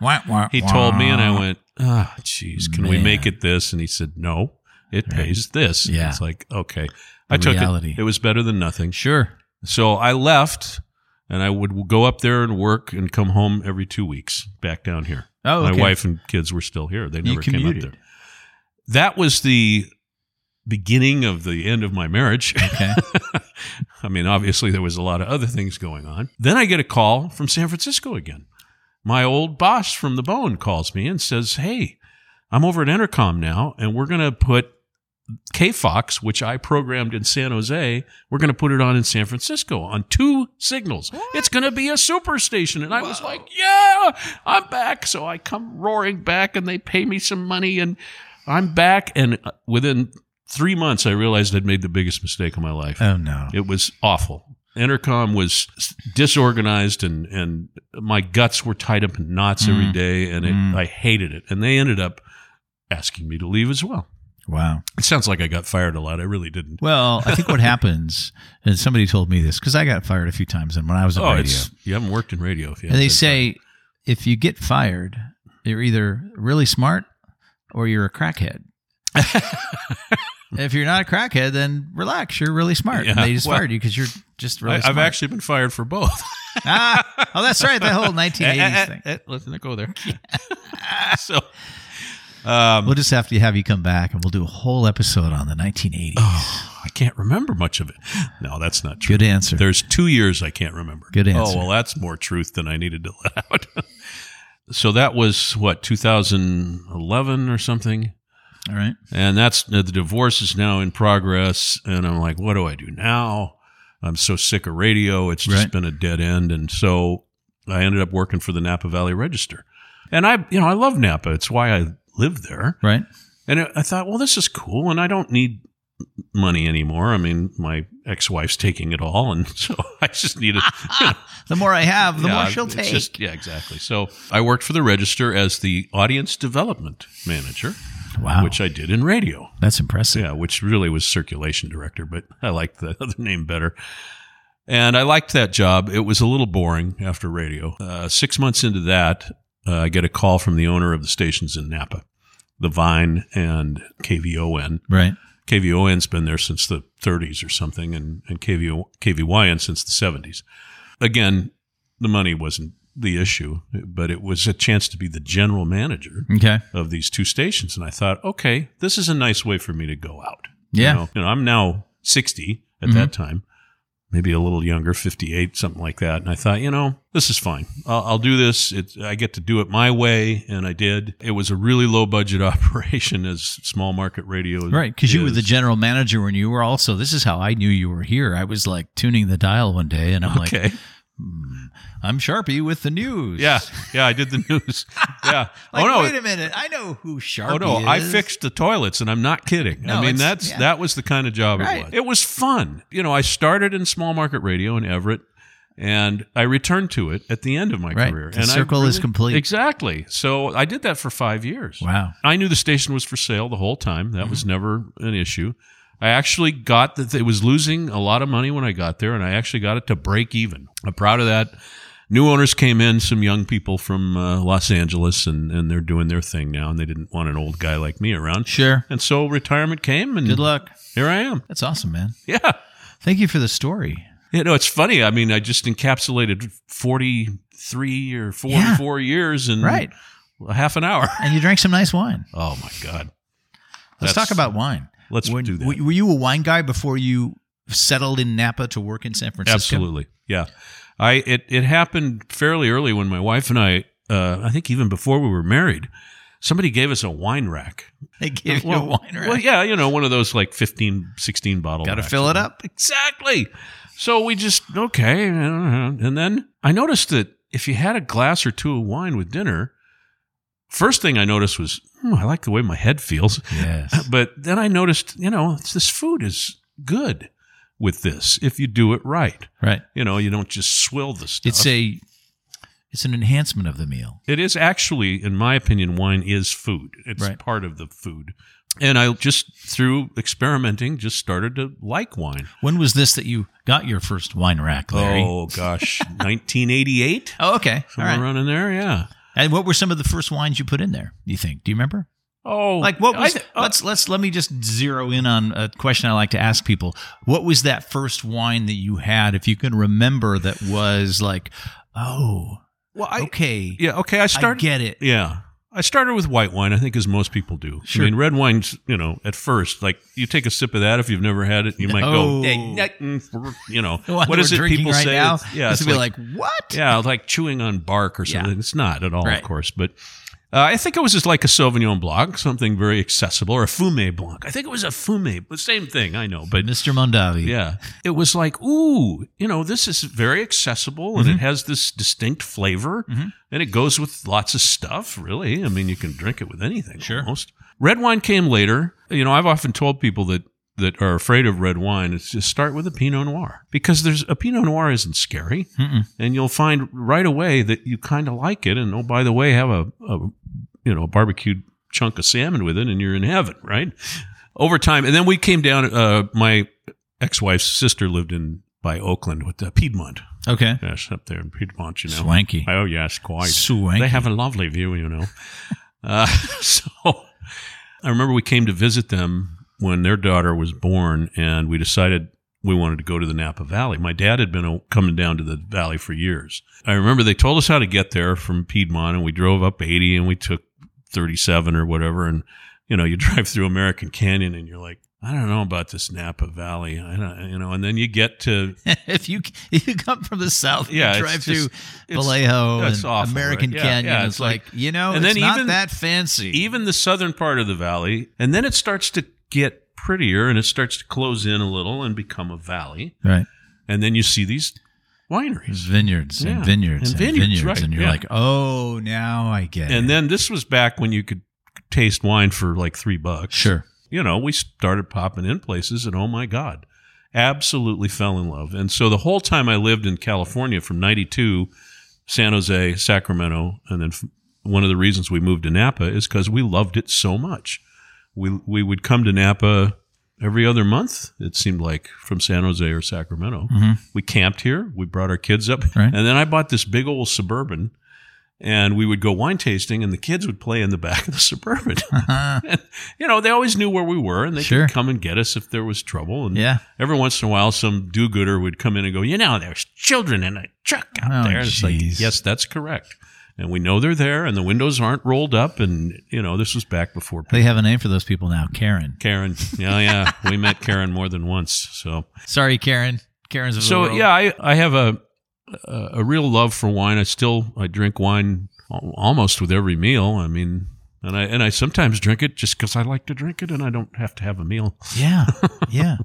Wah, wah,
he
wah.
told me, and I went, "Ah, jeez, can we
Man.
make it this?" And he said, "No, it pays this." And
Yeah.
it's like okay.
The
I took
reality.
it. It was better than nothing.
Sure.
So I left, and I would go up there and work, and come home every two weeks back down here.
Oh, okay.
My wife and kids were still here. They
You
never came up
commuted.
there. That was the beginning of the end of my marriage.
Okay.
I mean, obviously, there was a lot of other things going on. Then I get a call from San Francisco again. My old boss from the Bowen calls me and says, Hey, I'm over at Intercom now, and we're going to put KFOX, which I programmed in San Jose, we're going to put it on in San Francisco on two signals. It's going to be a superstation. And I was like, Yeah, I'm back. So I come roaring back, and they pay me some money, and I'm back. And uh, within three months, I realized I'd made the biggest mistake of my life.
Oh no.
It was awful. Intercom was s- disorganized and, and my guts were tied up in knots every
Mm.
day and it,
Mm.
I hated it. And they ended up asking me to leave as well.
Wow.
It sounds like I got fired a lot. I really didn't.
Well, I think what happens, and somebody told me this because I got fired a few times, and when I was at
oh,
radio,
it's, you haven't worked in radio. If you
and they
haven't been
say if you get fired, you're either really smart or you're a crackhead. if you're not a crackhead, then relax. You're really smart. And
Yeah,
they just
well,
fired you because you're just really
fired. I,
smart.
I've actually been fired for both.
ah, oh, that's right. That whole
Eh,
1980s thing.
Let's not go there. so, um,
We'll just have to have you come back, and we'll do a whole episode on the 1980s.
Oh. I can't remember much of it. No, that's not true.
Good answer.
There's two years I can't remember.
Good answer.
Oh, well, that's more truth than I needed to let out. so that was what, 2011 or something?
All right.
And that's the divorce is now in progress. And I'm like, what do I do now? I'm so sick of radio. It's just
Right.
been a dead end. And so I ended up working for the Napa Valley Register. And I, you know, I love Napa. It's why I live there.
Right.
And I I thought, well, this is cool, and I don't need money anymore. I mean, my ex-wife's taking it all, and so I just needed.
The more I have, Ah, the
Yeah,
more she'll
it's
take.
just- yeah, exactly. So I worked for the Register as the audience development manager,
wow.
which I did in radio.
that's impressive.
Yeah, which really was circulation director, but I liked the other name better. And I liked that job. It was a little boring after radio. Uh, six months into that, uh, I get a call from the owner of the stations in Napa, the Vine and KVON.
Right.
KVON's been there since the 30s or something, and, and KVO, KVYN since the 70s. Again, the money wasn't the issue, but it was a chance to be the general manager
Okay.
of these two stations. And I thought, okay, this is a nice way for me to go out.
Yeah. Mm-hmm.
You know, You know, I'm now 60 at that time, maybe a little younger, 58, something like that. And I thought, you know, this is fine. I'll, I'll do this. It's I get to do it my way. And I did. It was a really low budget operation as small market radio.
Right, because you were the
is.
general manager when you were also. This is how I knew you were here. I was like tuning the dial one day, and I'm like,
Okay.
I'm Sharpie with the news.
Yeah. Yeah. I did the news. Yeah.
Like,
oh, no.
wait a minute. I know who Sharpie
Oh
is.
no! I fixed the toilets, and I'm not kidding.
No,
I mean,
it's-
that's
yeah.
that was the kind of job
Right.
it was. It was fun. You know, I started in small market radio in Everett, and I returned to it at the end of my
Right.
career.
The
and I
circle is complete.
Exactly. So I did that for five years.
Wow.
I knew the station was for sale the whole time. That
Mm-hmm.
was never an issue. I actually got that it was losing a lot of money when I got there, and I actually got it to break even. I'm proud of that. new owners came in, some young people from uh, Los Angeles, and, and they're doing their thing now, and they didn't want an old guy like me around.
Sure.
And so retirement came, and
Good luck.
here I am.
That's awesome, man.
Yeah.
Thank you for the story.
You know, it's funny. I mean, I just encapsulated 43 or 44 years in
Right.
half an hour.
And you drank some nice wine.
Oh, my God.
Let's
That's-
talk about wine.
Let's
When-
do that.
Were you a wine guy before you settled in Napa to work in San Francisco?
Absolutely. Yeah. I it it happened fairly early when my wife and I uh, I think even before we were married, somebody gave us a wine rack.
They give you a wine rack.
Well, yeah, you know, one of those like 15 16 bottle.
Got to
racks.
fill it up.
Exactly. So we just okay, and then I noticed that if you had a glass or two of wine with dinner, first thing I noticed was hmm, I like the way my head feels.
Yes.
But then I noticed, you know, this food is good with this if you do it right.
Right.
You know, you don't just swill the stuff.
It's a it's an enhancement of the meal.
it is actually, in my opinion, wine is food. It's
Right.
part of the food. And I just through experimenting just started to like wine.
When was this that you got your first wine rack, Larry?
Oh gosh, 1988,
Oh, okay. All
somewhere
right.
around in there, yeah.
And what were some of the first wines you put in there? You think? Do you remember?
Oh,
Like what was?
I- uh,
let's let's let me just zero in on a question I like to ask people. What was that first wine that you had, if you can remember, that was like, oh,
well, I,
okay,
yeah, okay. I
I
started.
get it.
Yeah. I started with white wine, I think, as most people do.
Sure.
I mean, red wine's, you know, at first, like you take a sip of that if you've never had it, you might
Oh.
go, "Eh, eh, mm, you know,
The one
what
that
is
we're
it
drinking
people
right
say?
Now,
It's- yeah,
this
it's
would be
like,
like, what?
yeah, like chewing on bark or
Yeah.
something. It's not at all,
Right.
of course. But uh, I think it was just like a Sauvignon Blanc, something very accessible, or a Fumé Blanc. I think it was a Fumé, the same thing, I know, but
Mr. Mondavi.
yeah. It was like, ooh, you know, this is very accessible
Mm-hmm.
and it has this distinct flavor and it goes with lots of stuff, really. I mean, you can drink it with anything sure. almost. Red wine came later. You know, I've often told people that that are afraid of red wine is just start with a Pinot Noir because there's a Pinot Noir isn't scary and you'll find right away that you kind of like it and oh by the way have a, a you know a barbecued chunk of salmon with it and you're in heaven right over time and then we came down uh, my ex-wife's sister lived in by oakland with uh, piedmont
Okay.
yes up there in piedmont you know
Swanky.
oh yes quite
Swanky.
they have a lovely view you know uh, so i remember we came to visit them when their daughter was born and we decided we wanted to go to the Napa Valley. My dad had been uh, coming down to the valley for years. I remember they told us how to get there from Piedmont, and we drove up 80 and we took 37 or whatever. And, you know, you drive through American Canyon and you're like, I don't know about this Napa Valley. I don't, you know, and then you get to,
if you if you come from the south,
Yeah,
you
it's
drive
just-
through
it's-
Vallejo
it's
and
awful,
American
right? Yeah,
Canyon.
yeah,
it's,
it's
like,
like-
you know,
and
it's
then
not
even-
that fancy.
even the southern part of the valley, and then it starts to get prettier and it starts to close in a little and become a valley.
right.
And then you see these wineries.
Vineyards
Yeah.
and vineyards and
And
vineyards,
vineyards, right,
and you're
yeah.
like, oh, now I get it.
And then this was back when you could taste wine for like three bucks.
sure,
You know, we started popping in places, and oh my God, absolutely fell in love. And so the whole time I lived in California from 92, San Jose, Sacramento, and then f- one of the reasons we moved to Napa is because we loved it so much. We, we would come to Napa every other month, it seemed like, from San Jose or Sacramento. We camped here, we brought our kids up,
Right.
and then I bought this big old Suburban. And we would go wine tasting, and the kids would play in the back of the Suburban. And, you know, they always knew where we were, and they
Uh-huh. Sure.
could come and get us if there was trouble. And
yeah.
every once in a while, some do-gooder would come in and go, "You know, there's children in a truck out
Oh,
there." It's like,
jeez.
yes, that's correct, and we know they're there, and the windows aren't rolled up, and you know, this was back before
They have a name for those people now, Karen.
Karen. Yeah, yeah, we met Karen more than once, so.
Sorry, Karen. Karen's of the
So
world.
yeah, I, I have a a a real love for wine. I still I drink wine al- almost with every meal. I mean, and I and I sometimes drink it just because I like to drink it, and I don't have to have a meal.
yeah, yeah.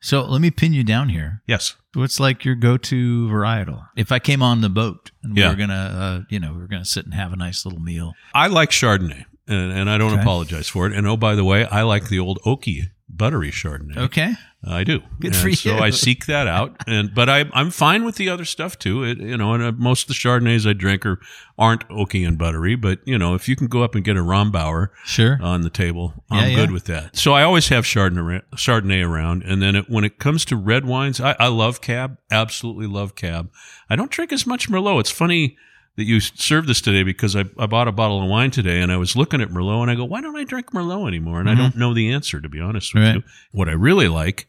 So let me pin you down here.
Yes.
What's like your go-to varietal? If I came on the boat and we
Yeah.
were gonna, uh, you know, we were gonna sit and have a nice little meal.
I like Chardonnay, and, and I don't
Okay.
apologize for it. And oh, by the way, I like the old oaky buttery Chardonnay.
Okay.
I do.
Good
And
for
So
you.
I seek that out, and but I, I'm fine with the other stuff too. It, you know, and uh, most of the Chardonnays I drink are aren't oaky and buttery, but you know, if you can go up and get a Rombauer
Sure.
on the table,
Yeah,
I'm
yeah.
good with that. So I always have Chardonnay, Chardonnay around, and then it, when it comes to red wines, I, I love Cab, absolutely love Cab. I don't drink as much Merlot. It's funny. That you served this today because I, I bought a bottle of wine today and I was looking at Merlot and I go, why don't I drink Merlot anymore? And I don't know the answer, to be honest with
Mm-hmm. Right.
you. What I really like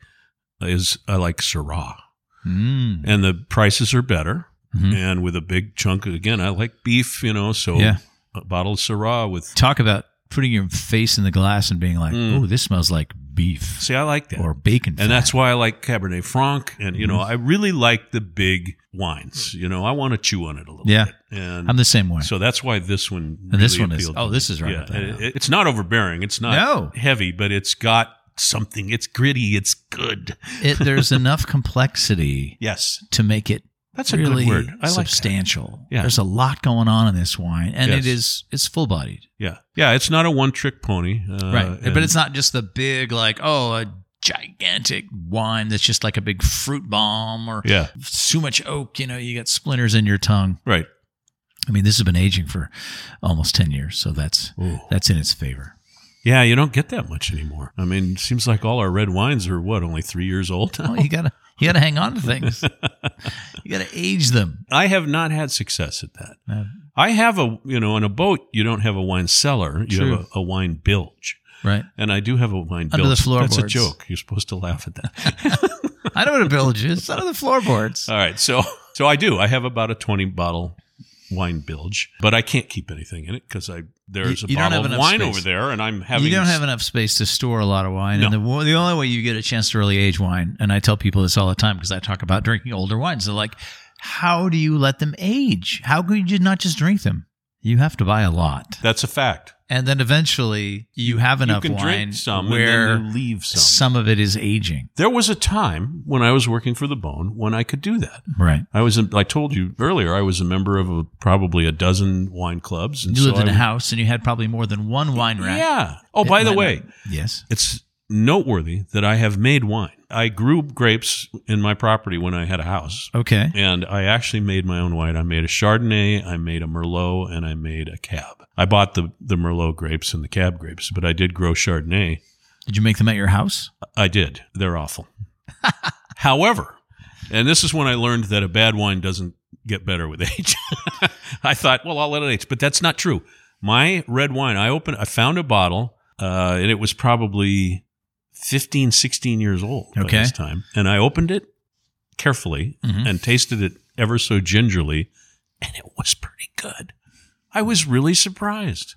is I like Syrah,
Mm.
and the prices are better.
Mhm.
And with a big chunk, again, I like beef, you know, so
Yeah.
a bottle of Syrah with.
Talk about putting your face in the glass and being like,
Mm.
"Oh, this smells like beef
See, I like that.
or bacon." fat."
and that's why I like Cabernet Franc. And, you know,
Mm-hmm.
I really like the big wines. You know, I want to chew on it a little
Yeah.
bit. And
I'm the same way.
so that's why this one.
And this
really
one is-
appealed to
oh,
me.
this is right up that
and
alley.
it- it's not overbearing. It's not
No.
heavy, but it's got something. It's gritty. It's good.
it, there's enough complexity
Yes.
to make it
That's a
really
good word. I like that.
substantial.
Yeah.
There's a lot going on in this wine, and
Yes.
it is it's full bodied,
Yeah, yeah. It's not a one-trick pony, uh,
right?
and-
but it's not just the big like oh a gigantic wine that's just like a big fruit bomb or
yeah,
too much oak. You know, you got splinters in your tongue.
right.
I mean, this has been aging for almost ten years, so that's that's in its favor.
Yeah, you don't get that much anymore. I mean, it seems like all our red wines are what only three years old.
Well, you gotta you gotta hang on to things. you gotta age them. Uh,
I have not had success at that.
No.
I have a you know on a boat you don't have a wine cellar, you
True.
have a, a wine bilge.
Right.
And I do have a wine
Under
bilge.
the floorboards.
That's a joke. You're supposed to laugh at that.
I know what a bilge is. Out of the floorboards.
all right, so so I do. I have about a twenty bottle wine bilge, but I can't keep anything in it because I there's
You-
a
you don't
bottle
have
of
enough
wine
space.
over there, and I'm having
you don't have enough space to store a lot of wine, and
No.
the, wo- the only way you get a chance to really age wine, and I tell people this all the time because I talk about drinking older wines. They're like, "How do you let them age? How could you not just drink them? You have to buy a lot,
That's a fact.
and then eventually you have enough
you can
wine
drink some
where
and then you leave some.
some of it is aging."
There was a time when I was working for the Bone when I could do that.
Right.
I was, I told you earlier, I was a member of a, probably a dozen wine clubs. And
You
so
lived in
I-
a house, and you had probably more than one wine rack.
Yeah. Oh,
It
by the
might
way,
not- yes.
it's noteworthy that I have made wine. I grew grapes in my property when I had a house.
Okay.
And I actually made my own wine. I made a Chardonnay, I made a Merlot, and I made a Cab. I bought the, the Merlot grapes and the Cab grapes, but I did grow Chardonnay.
Did you make them at your house?
I did. They're awful. However, and this is when I learned that a bad wine doesn't get better with age. I thought, well, I'll let it age, but that's not true. My red wine, I opened, I found a bottle, uh, and it was probably 15, 16 years old by
Okay.
this time. And I opened it carefully
Mhm.
and tasted it ever so gingerly, and it was pretty good. I was really surprised.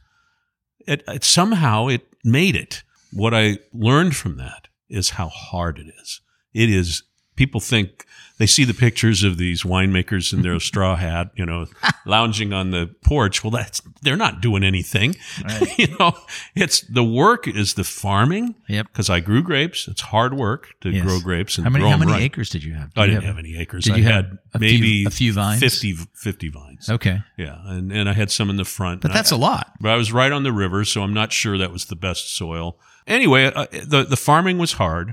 It, it somehow it made it. What I learned from that is how hard it is. It is. People think they see the pictures of these winemakers in their straw hat, you know, lounging on the porch. Well, that's they're not doing anything. you know, it's the work is the farming.
Yep.
Because I grew grapes. It's hard work to
Yes.
grow grapes and
How many
grow
how
'em
many
right.
acres did you have? Did
I
you
didn't have any acres.
did
I
you have
had
a few-
maybe
a few vines?
50, 50 vines.
Okay.
Yeah, and, and I had some in the front.
But
And I-
that's a lot.
But I was right on the river, so I'm not sure that was the best soil. Anyway, uh, the the farming was hard.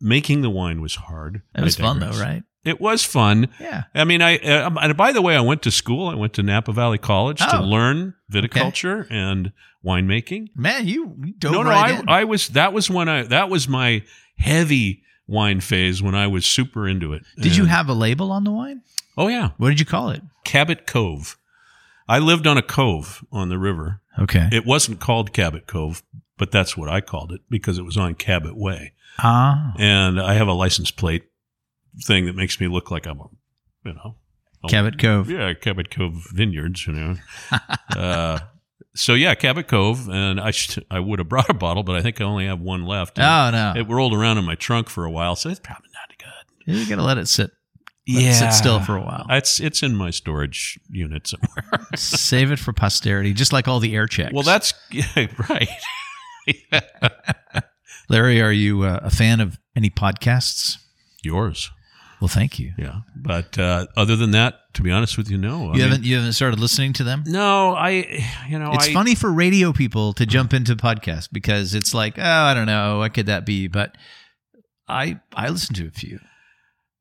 Making the wine was hard.
It was
I
fun though,
digress.
right?
It was fun.
Yeah.
I mean, I uh, um, and by the way, I went to school. I went to Napa Valley College to
Oh.
learn viticulture and winemaking.
Man, you you dove
No, no,
right
I
in.
I was that was when I that was my heavy wine phase when I was super into it.
did you
And-
have a label on the wine?
Oh yeah.
What did you call it?
Cabot Cove. I lived on a cove on the river.
Okay.
It wasn't called Cabot Cove, but that's what I called it because it was on Cabot Way.
Ah,
And I have a license plate thing that makes me look like I'm, a, you know, Oh.
Cabot Cove.
yeah, Cabot Cove Vineyards, you know. uh, so yeah, Cabot Cove, and I should, I would have brought a bottle, but I think I only have one left. And
Oh no,
It rolled around in my trunk for a while, so it's probably not good.
you gotta let it sit. Let it sit still for a while.
It's it's in my storage unit somewhere.
Save it for posterity, just like all the air checks.
Well, that's yeah, right.
Larry. Are you uh, a fan of any podcasts?
Yours.
Well, thank you.
Yeah. But uh, other than that, to be honest with you, no. I
You
mean-
haven't you haven't started listening to them.
No, I. You know,
It's
I,
funny for radio people to jump into podcasts because it's like, oh, I don't know, what could that be? But I I listen to a few,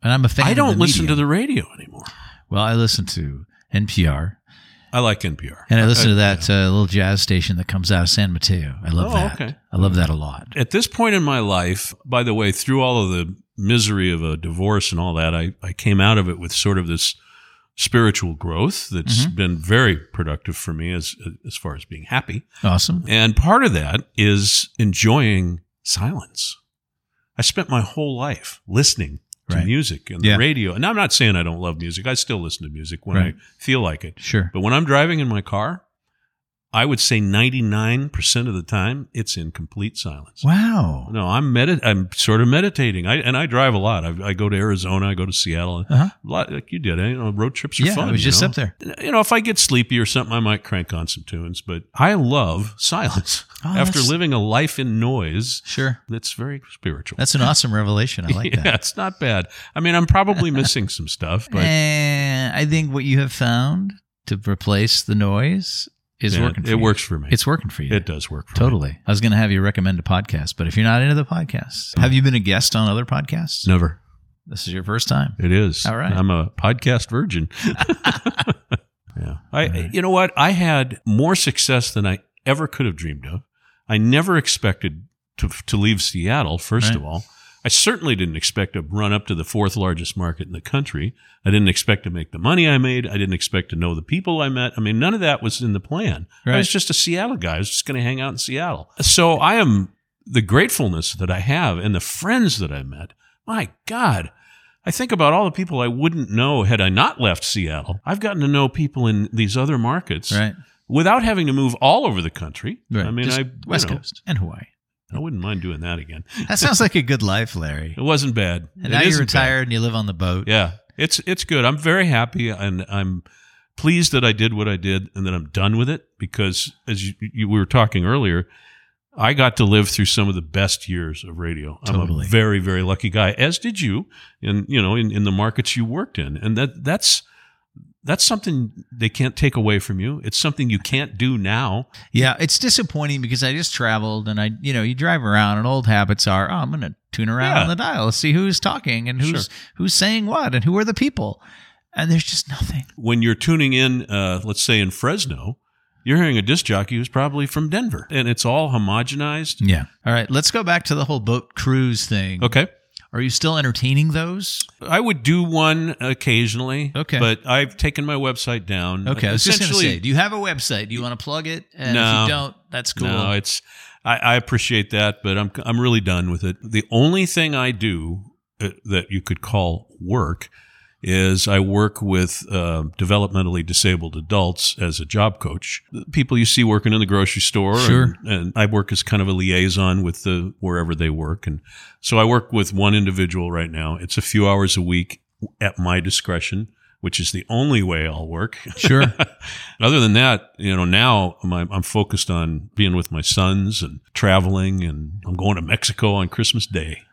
and I'm a fan.
I don't listen to
the.
the radio anymore.
medium. Well, I listen to NPR,
I like NPR.
and I listen to that uh, little jazz station that comes out of San Mateo. I love
Oh,
that.
okay.
I love that a lot.
At this point in my life, by the way, through all of the misery of a divorce and all that, I, I came out of it with sort of this spiritual growth that's
Mm-hmm.
been very productive for me as as far as being happy.
Awesome.
And part of that is enjoying silence. I spent my whole life listening to
Right.
music and
Yeah.
the radio. And I'm not saying I don't love music. I still listen to music when
Right.
I feel like it.
Sure.
But when I'm driving in my car, I would say 99% of the time it's in complete silence.
Wow.
No, I'm medit. I'm sort of meditating. I and I drive a lot. I, I go to Arizona. I go to Seattle.
Uh-huh.
A lot like you did. eh? You know, road trips are
Yeah,
fun.
I was
you
just
know?
up there.
You know, if I get sleepy or something, I might crank on some tunes. But I love silence.
Oh,
After
that's-
living a life in noise,
Sure.
that's very spiritual.
That's an awesome revelation. I like
yeah,
that.
it's not bad. I mean, I'm probably missing some stuff, but
And I think what you have found to replace the noise is
yeah,
working.
it
for you.
works for me.
It's working for you.
it does work for me.
Totally. I was going to have you recommend a podcast, but if you're not into the podcast, have you been a guest on other podcasts?
Never.
This is your first time.
It is.
All right.
I'm a podcast virgin. yeah. I you know what? I had more success than I ever could have dreamed of. I never expected to to leave Seattle, first of
Right.
all. I certainly didn't expect to run up to the fourth largest market in the country. I didn't expect to make the money I made. I didn't expect to know the people I met. I mean, none of that was in the plan. I
Right.
was just a Seattle guy. I was just going to hang out in Seattle. So I am the gratefulness that I have and the friends that I met. My God, I think about all the people I wouldn't know had I not left Seattle. I've gotten to know people in these other markets
Right.
without having to move all over the country.
Right.
I mean,
Just
I you
West
know,
Coast and Hawaii.
I wouldn't mind doing that again.
That sounds like a good life, Larry.
It wasn't bad.
And
It
now you're
isn't bad.
retired and you live on the boat.
Yeah, it's it's good. I'm very happy, and I'm pleased that I did what I did, and that I'm done with it. Because as you, you we were talking earlier, I got to live through some of the best years of radio.
Totally.
I'm a very very lucky guy, as did you, and you know, in, in the markets you worked in, and that that's. That's something they can't take away from you. It's something you can't do now.
Yeah, it's disappointing because I just traveled and I, you know, you drive around and old habits are, oh, I'm going to tune around
Yeah.
on the dial, see who's talking and who's who's saying what and who are the people. And there's just nothing.
When you're tuning in, uh, let's say in Fresno, you're hearing a disc jockey who's probably from Denver, and it's all homogenized.
Yeah. All right, let's go back to the whole boat cruise thing.
Okay.
Are you still entertaining those?
I would do one occasionally.
Okay.
But I've taken my website down.
Okay, I was just going to
Essentially,
say, do you have a website? Do you want to plug it? And if
No.
you don't, that's cool.
No, it's I, I appreciate that, but I'm I'm really done with it. The only thing I do uh, that you could call work is I work with uh, developmentally disabled adults as a job coach. The People you see working in the grocery store,
Sure.
and, and I work as kind of a liaison with the wherever they work, and so I work with one individual right now. It's a few hours a week at my discretion, which is the only way I'll work.
Sure.
Other than that, you know, now my, I'm focused on being with my sons and traveling, and I'm going to Mexico on Christmas Day.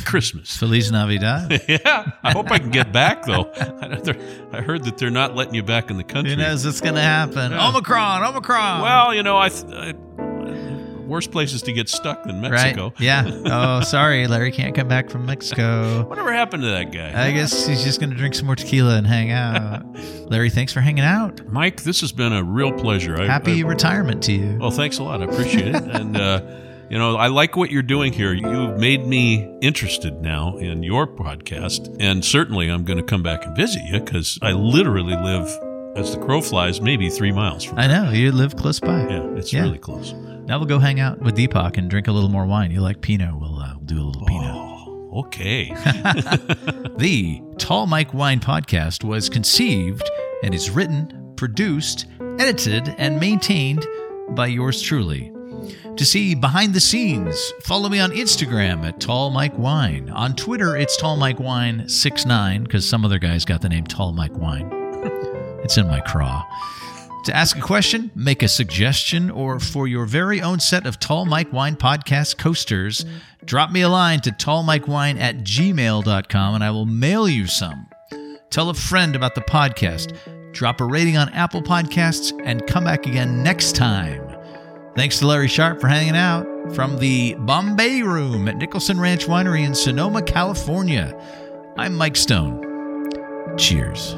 Christmas.
Feliz Navidad.
yeah, I hope I can get back though. I know they're- I heard that they're not letting you back in the country.
Who knows what's going to happen?
Yeah.
Omicron, Omicron.
well, you know, I, th- I worse places to get stuck than
right?
Mexico.
Yeah. Oh, sorry, Larry can't come back from Mexico.
Whatever happened to that guy?
I guess he's just going to drink some more tequila and hang out. Larry, thanks for hanging out.
Mike, this has been a real pleasure. I- I,
Happy retirement to you.
Well, thanks a lot. I appreciate it. and, uh, you know, I like what you're doing here. You've made me interested now in your podcast. And certainly I'm going to come back and visit you because I literally live, as the crow flies, maybe three miles from
I know you live close by.
Yeah, it's
Yeah.
really close.
Now we'll go hang out with Deepak and drink a little more wine. You like Pinot? We'll, uh, we'll do a little Pinot.
Oh, okay.
The Tall Mike Wine podcast was conceived and is written, produced, edited, and maintained by yours truly. To see behind the scenes, follow me on Instagram at Tall Mike Wine. On Twitter, it's Tall Mike Wine 69 because some other guy's got the name Tall Mike Wine. It's in my craw. To ask a question, make a suggestion, or for your very own set of Tall Mike Wine podcast coasters, drop me a line to tallmikewine at gmail.com and I will mail you some. Tell a friend about the podcast, drop a rating on Apple Podcasts, and come back again next time. Thanks to Larry Sharp for hanging out from the Bombay Room at Nicholson Ranch Winery in Sonoma, California. I'm Mike Stone. Cheers.